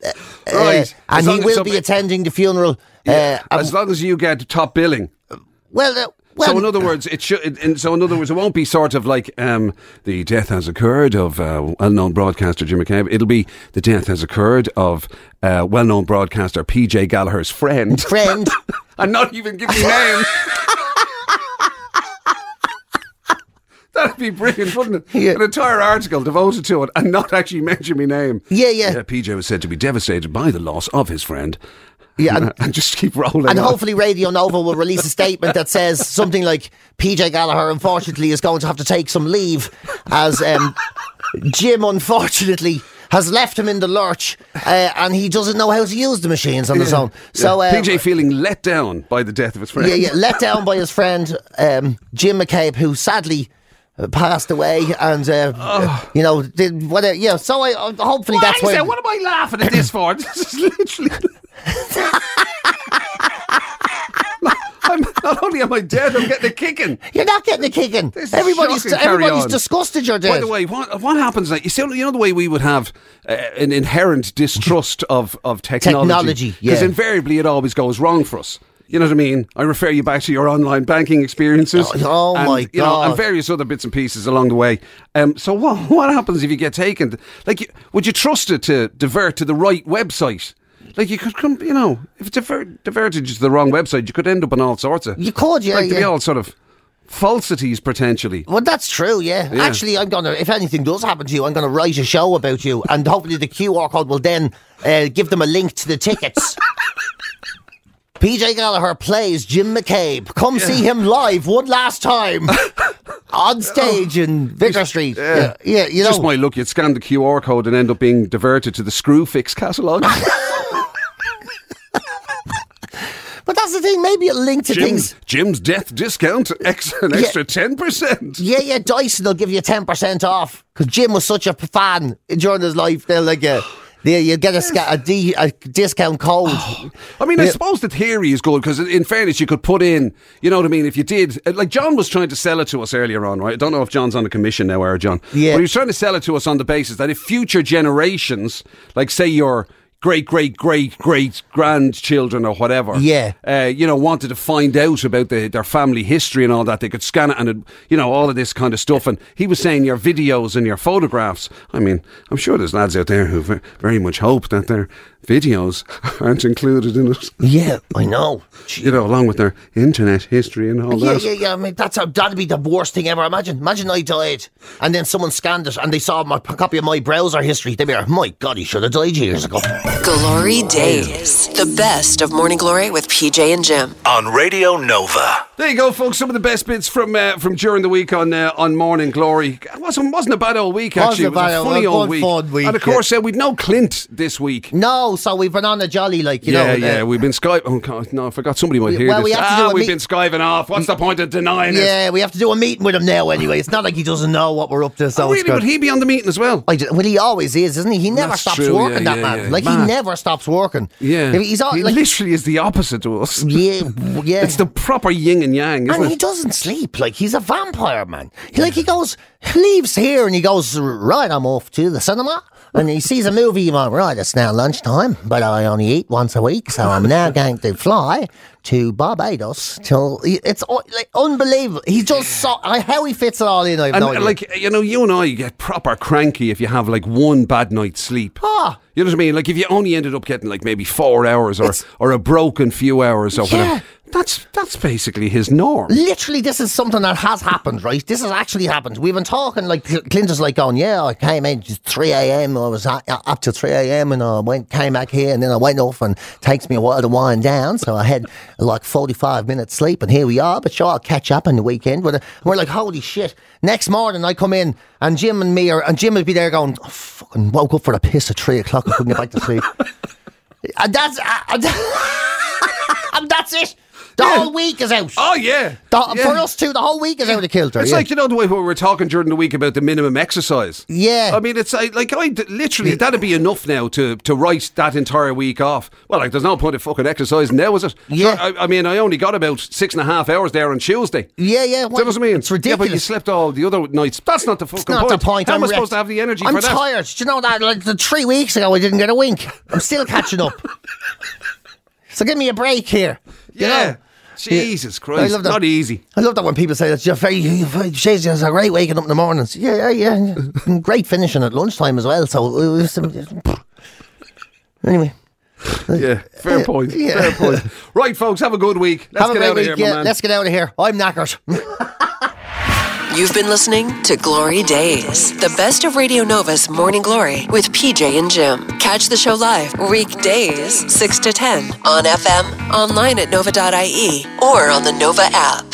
S4: uh,
S3: right. As
S4: and
S3: long
S4: he
S3: as
S4: will
S3: some-
S4: be attending the funeral. uh,
S3: as long as you get top billing.
S4: well, uh, well,
S3: so in other words, it should. It, in, so in other words, it won't be sort of like um, the death has occurred of uh, well-known broadcaster Jim McCabe. It'll be the death has occurred of uh, well-known broadcaster PJ Gallagher's friend, [LAUGHS]
S4: friend.
S3: and not even give you name. [LAUGHS] That'd be brilliant, wouldn't it?
S4: Yeah.
S3: An entire article devoted to it and not actually mention my name.
S4: Yeah, yeah.
S3: PJ was said to be devastated by the loss of his friend. [LAUGHS]
S4: Yeah,
S3: and,
S4: and-
S3: just keep rolling.
S4: And
S3: on.
S4: hopefully Radio Nova will release a statement that says something like PJ Gallagher unfortunately is going to have to take some leave as um, Jim unfortunately has left him in the lurch uh, and he doesn't know how to use the machines on his own. So
S3: Yeah.
S4: um,
S3: PJ feeling let down by the death of his friend.
S4: yeah, yeah, let down by his friend um, Jim McCabe, who sadly uh, passed away, and uh, you know, did whatever. Yeah, so I uh, hopefully
S3: Why
S4: that's
S3: is
S4: why.
S3: that? What am I laughing at this for? [LAUGHS] This is
S4: [LAUGHS]
S3: literally. I'm, not only am I dead, I'm getting a kicking.
S4: You're not getting a kicking.
S3: This is
S4: Everybody's
S3: shocking. Carry
S4: everybody's
S3: on.
S4: disgusted. You're dead.
S3: By the way, what what happens? Like you see, you know the way we would have uh, an inherent
S4: [LAUGHS]
S3: distrust of of technology.
S4: Technology,
S3: because
S4: yeah.
S3: invariably it always goes wrong for us. You know what I mean? I refer you back to your online banking experiences.
S4: Oh, oh
S3: and,
S4: my
S3: You know, and
S4: God.
S3: various other bits and pieces along the way. Um, so what what happens if you get taken? Like, you, would you trust it to divert to the right website? Like you could come, you know, if it's divert, diverted you to the wrong website, you could end up on all sorts of.
S4: You could, yeah,
S3: like there'd be
S4: yeah.
S3: all sort of falsities potentially.
S4: Well, that's true, yeah.
S3: Yeah.
S4: Actually, I'm gonna. If anything does happen to you, I'm gonna write a show about you, and hopefully the QR code will then uh, give them a link to
S3: [LAUGHS]
S4: the tickets. PJ Gallagher plays Jim McCabe. Come see him live one
S3: [LAUGHS]
S4: last time on stage in Vicar Street. Yeah, yeah, you know.
S3: Just my luck, you'd scan the QR code and end up being diverted to the Screwfix catalogue.
S4: but that's the thing. Maybe it'll link to
S3: Jim's,
S4: [LAUGHS] things.
S3: Jim's death discount, [LAUGHS] ex- an
S4: Yeah.
S3: extra 10%.
S4: Yeah, yeah, Dyson will give you ten percent off because Jim was such a fan during his life. They're like, uh, Yeah, you get a, sca- a, de- a
S3: [GASPS]
S4: discount code.
S3: I mean, I
S4: Yeah.
S3: suppose the theory is good because, in fairness, you could put in, you know what I mean? If you did, uh, like John was trying to sell it to us earlier on, right? I don't know if John's on the commission now, or John.
S4: Yeah.
S3: But he was trying to sell it to us on the basis that if future generations, like say your great, great, great, great grandchildren or whatever,
S4: Yeah.
S3: uh, you know, wanted to find out about the, their family history and all that, they could scan it and, it, you know, all of this kind of stuff. And he was saying your videos and your photographs. I mean, I'm sure there's lads out there who ve- very much hope that their videos [LAUGHS] aren't included in it, [LAUGHS]
S4: yeah, I know.
S3: you know, along with their internet history and all
S4: Yeah,
S3: that.
S4: yeah, yeah. I mean, that's a, that'd be the worst thing ever. Imagine, imagine I died, and then someone scanned it, and they saw my a copy of my browser history. They'd be like, "My God, he should have died years ago."
S1: Glory Days. The best of Morning Glory with PJ and Jim.
S2: on Radio Nova.
S3: There you go, folks. Some of the best bits from uh, from during the week on uh, on Morning Glory. It wasn't wasn't a bad old week
S4: Wasn't
S3: actually.
S4: a
S3: It was
S4: bad
S3: a
S4: old-
S3: funny
S4: a
S3: old
S4: good
S3: week.
S4: fun week,
S3: And of course, uh, we'd no Clint this week.
S4: No, so we've been on a jolly, like you
S3: yeah,
S4: know.
S3: yeah,
S4: uh,
S3: we've been Skype. Oh, God, no, I forgot somebody might
S4: We-
S3: hear
S4: well,
S3: this.
S4: we have to do
S3: ah,
S4: a
S3: we've
S4: meet- Mm.
S3: been skiving off. What's the point of denying it?
S4: yeah, we have to do a meeting with him now. Anyway, it's not like he doesn't know what we're up to.
S3: Oh,
S4: So
S3: really?
S4: it's good.
S3: Would he be on the meeting as well?
S4: I don't- well, he always is, isn't he? He never
S3: That's
S4: stops
S3: true, yeah,
S4: working. that
S3: yeah,
S4: man,
S3: yeah.
S4: like
S3: Mad.
S4: he never stops working.
S3: Yeah,
S4: If he's all
S3: he
S4: like,
S3: literally is the opposite to us.
S4: yeah, yeah.
S3: It's the proper yin and yang, isn't
S4: and he
S3: it?
S4: doesn't sleep. Like he's a vampire, man. He, like he goes, he leaves here and he goes right. I'm off to the cinema, and he sees a movie. He's like, right, it's now lunchtime, but I only eat once a week, so
S3: [LAUGHS]
S4: I'm now going to fly to Barbados till it's uh, like, unbelievable. He just so I- how he fits it all in. I have
S3: And uh,
S4: no idea.
S3: like you know, you and I get proper cranky if you have like one bad night's sleep.
S4: Ah.
S3: You know what I mean? Like if you only ended up getting like maybe four hours or or a broken few hours or
S4: Yeah.
S3: whatever. That's that's basically his norm.
S4: Literally, this is something that has happened, right? This has actually happened. We've been talking, like, Cl- Clinton's like going, Yeah, I came in just 3 a.m. I was at, up to 3 a.m. and I went, came back here and then I went off and takes me a while to wind down. So I had like 45 minutes sleep and here we are. But sure, I'll catch up on the weekend. But we're like, Holy shit. Next morning, I come in and Jim and me are, and Jim would be there going, oh, Fucking woke up for a piss at 3 o'clock. I couldn't get back to sleep. and that's, uh, and [LAUGHS] and that's it. The whole week is out.
S3: Oh yeah.
S4: The,
S3: Yeah.
S4: For us too, the whole week is out of kilter.
S3: It's
S4: yeah.
S3: like you know the way we were talking during the week about the minimum exercise.
S4: Yeah.
S3: I mean, it's like, like I d- literally that'd be enough now to to write that entire week off. Well, like there's no point of fucking exercising now, is it?
S4: Yeah.
S3: Sure, I, I mean, I only got about six and a half hours there on Tuesday.
S4: yeah, yeah.
S3: Do you know what I mean?
S4: It's
S3: Yeah, but you
S4: ridiculous.
S3: slept all the other nights. That's not the fucking
S4: it's not
S3: point.
S4: the point.
S3: How
S4: I'm
S3: am I
S4: wrecked.
S3: supposed to have the energy
S4: I'm
S3: for that?
S4: tired. Do you know that? Like the three weeks ago, I didn't get a wink. I'm still
S3: [LAUGHS]
S4: catching up. so give me a break here. you
S3: Yeah.
S4: know?
S3: Jesus Christ.
S4: love that.
S3: Not easy.
S4: I love that when people say that you're very, you're very geez, it's a great waking up in the mornings. Yeah, yeah, yeah. And great finishing at lunchtime as well. So it was- [LAUGHS] anyway,
S3: Yeah. Fair point.
S4: yeah.
S3: Fair
S4: [LAUGHS]
S3: point. Right, folks, have a good week. Let's
S4: have
S3: get
S4: a great
S3: out of
S4: week.
S3: here, my
S4: yeah,
S3: man.
S4: let's get out of here. I'm knackered.
S1: You've been listening to Glory Days, the best of Radio Nova's Morning Glory with PJ and Jim. Catch the show live weekdays 6 to 10 E, on FM, online at nova.ie, or on the Nova app.